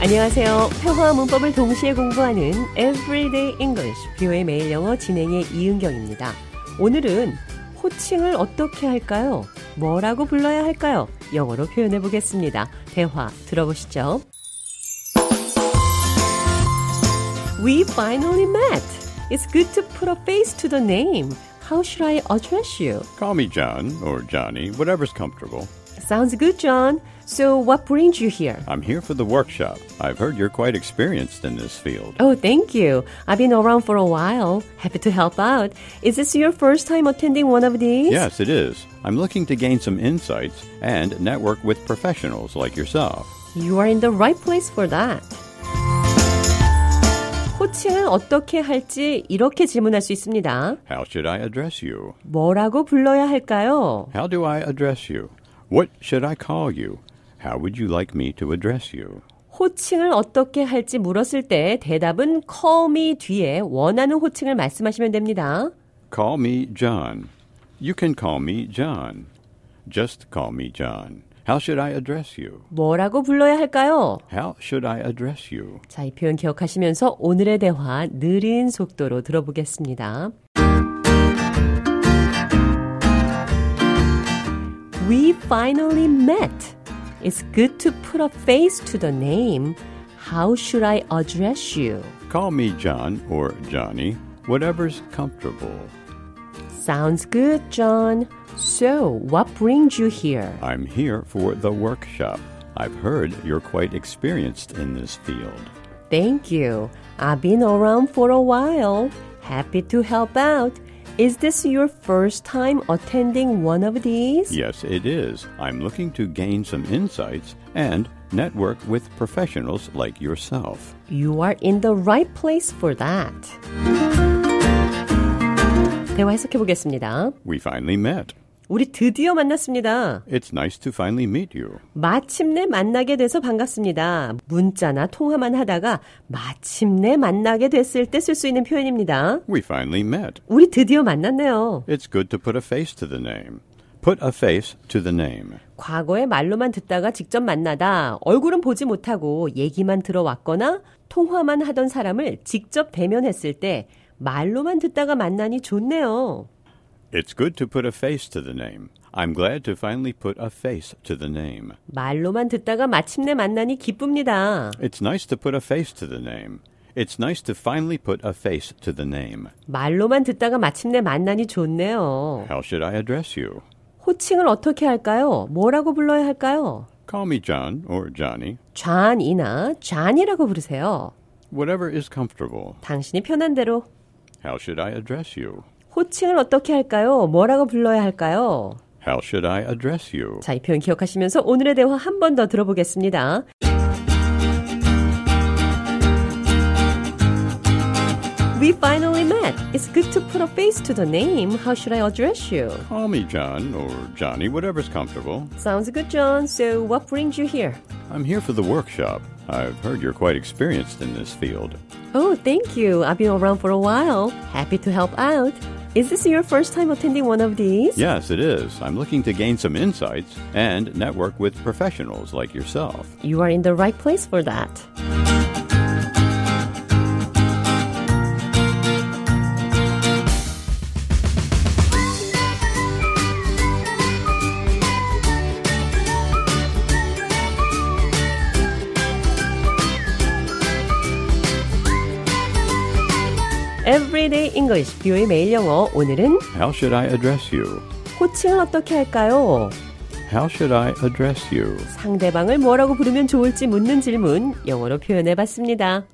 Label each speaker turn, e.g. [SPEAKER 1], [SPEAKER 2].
[SPEAKER 1] 안녕하세요. 회화와 문법을 동시에 공부하는 Everyday English, 뷰의 매일 영어 진행의 이은경입니다. 오늘은 호칭을 어떻게 할까요? 뭐라고 불러야 할까요? 영어로 표현해 보겠습니다. 대화 들어보시죠. We finally met. It's good to put a face to the name. How should I address you?
[SPEAKER 2] Call me John or Johnny, whatever's comfortable.
[SPEAKER 1] Sounds good, John. So what brings you here?
[SPEAKER 2] I'm here for the workshop. I've heard you're quite experienced in this field.
[SPEAKER 1] Oh, thank you. I've been around for a while. Happy to help out. Is this your first time attending one of these?
[SPEAKER 2] Yes, it is. I'm looking to gain some insights and network with professionals like yourself.
[SPEAKER 1] You are in the right place for that. 호칭은 어떻게 할지 이렇게 질문할 수 있습니다.
[SPEAKER 2] How should I address you?
[SPEAKER 1] 뭐라고 불러야 할까요?
[SPEAKER 2] How do I address you? What should I call you? How would you like me to address you?
[SPEAKER 1] 호칭을 어떻게 할지 물었을 때 대답은 call me 뒤에 원하는 호칭을 말씀하시면 됩니다.
[SPEAKER 2] Call me John. You can call me John. Just call me John. How should I address you?
[SPEAKER 1] 뭐라고 불러야 할까요?
[SPEAKER 2] How should I address you?
[SPEAKER 1] 자, 이 표현 기억하시면서 오늘의 대화 느린 속도로 들어보겠습니다. We finally met. It's good to put a face to the name. How should I address you?
[SPEAKER 2] Call me John or Johnny, whatever's comfortable.
[SPEAKER 1] Sounds good, John. So, what brings you here?
[SPEAKER 2] I'm here for the workshop. I've heard you're quite experienced in this field.
[SPEAKER 1] Thank you. I've been around for a while. Happy to help out. Is this your first time attending one of these?
[SPEAKER 2] Yes, it is. I'm looking to gain some insights and network with professionals like yourself.
[SPEAKER 1] You are in the right place for that. 대화 해석해 보겠습니다.
[SPEAKER 2] We finally met.
[SPEAKER 1] 우리 드디어 만났습니다.
[SPEAKER 2] It's nice to finally meet you.
[SPEAKER 1] 마침내 만나게 돼서 반갑습니다. 문자나 통화만 하다가 마침내 만나게 됐을 때 쓸 수 있는 표현입니다.
[SPEAKER 2] We finally met.
[SPEAKER 1] 우리 드디어 만났네요.
[SPEAKER 2] It's good to put a face to the name. Put a face to the name.
[SPEAKER 1] 과거에 말로만 듣다가 직접 만나다 얼굴은 보지 못하고 얘기만 들어왔거나 통화만 하던 사람을 직접 대면했을 때 말로만 듣다가 만나니 좋네요.
[SPEAKER 2] It's good to put a face to the name. I'm glad to finally put a face to the name.
[SPEAKER 1] 말로만 듣다가 마침내 만나니 기쁩니다.
[SPEAKER 2] It's nice to put a face to the name. It's nice to finally put a face to the name.
[SPEAKER 1] 말로만 듣다가 마침내 만나니 좋네요.
[SPEAKER 2] How should I address you?
[SPEAKER 1] 호칭을 어떻게 할까요? 뭐라고 불러야 할까요?
[SPEAKER 2] Call me John or Johnny,
[SPEAKER 1] 존이나 존이라고 부르세요.
[SPEAKER 2] whatever is comfortable.
[SPEAKER 1] 당신이 편한 대로.
[SPEAKER 2] How should I address you?
[SPEAKER 1] 호칭을 어떻게 할까요? 뭐라고 불러야 할까요?
[SPEAKER 2] How should I address you?
[SPEAKER 1] 자, 이 표현 기억하시면서 오늘의 대화 한 번 더 들어보겠습니다. We finally met. It's good to put a face to the name. How should I address you?
[SPEAKER 2] Call me John or Johnny, whatever's comfortable.
[SPEAKER 1] Sounds good, John. So what brings you here?
[SPEAKER 2] I'm here for the workshop. I've heard you're quite experienced in this field.
[SPEAKER 1] Oh, thank you. I've been around for a while. Happy to help out. Is this your first time attending one of these?
[SPEAKER 2] Yes, it is. I'm looking to gain some insights and network with professionals like yourself.
[SPEAKER 1] You are in the right place for that. Everyday English, 뷰의 매일 영어. 오늘은
[SPEAKER 2] How should I address you?
[SPEAKER 1] 호칭을 어떻게 할까요?
[SPEAKER 2] How should I address you?
[SPEAKER 1] 상대방을 뭐라고 부르면 좋을지 묻는 질문 영어로 표현해 봤습니다.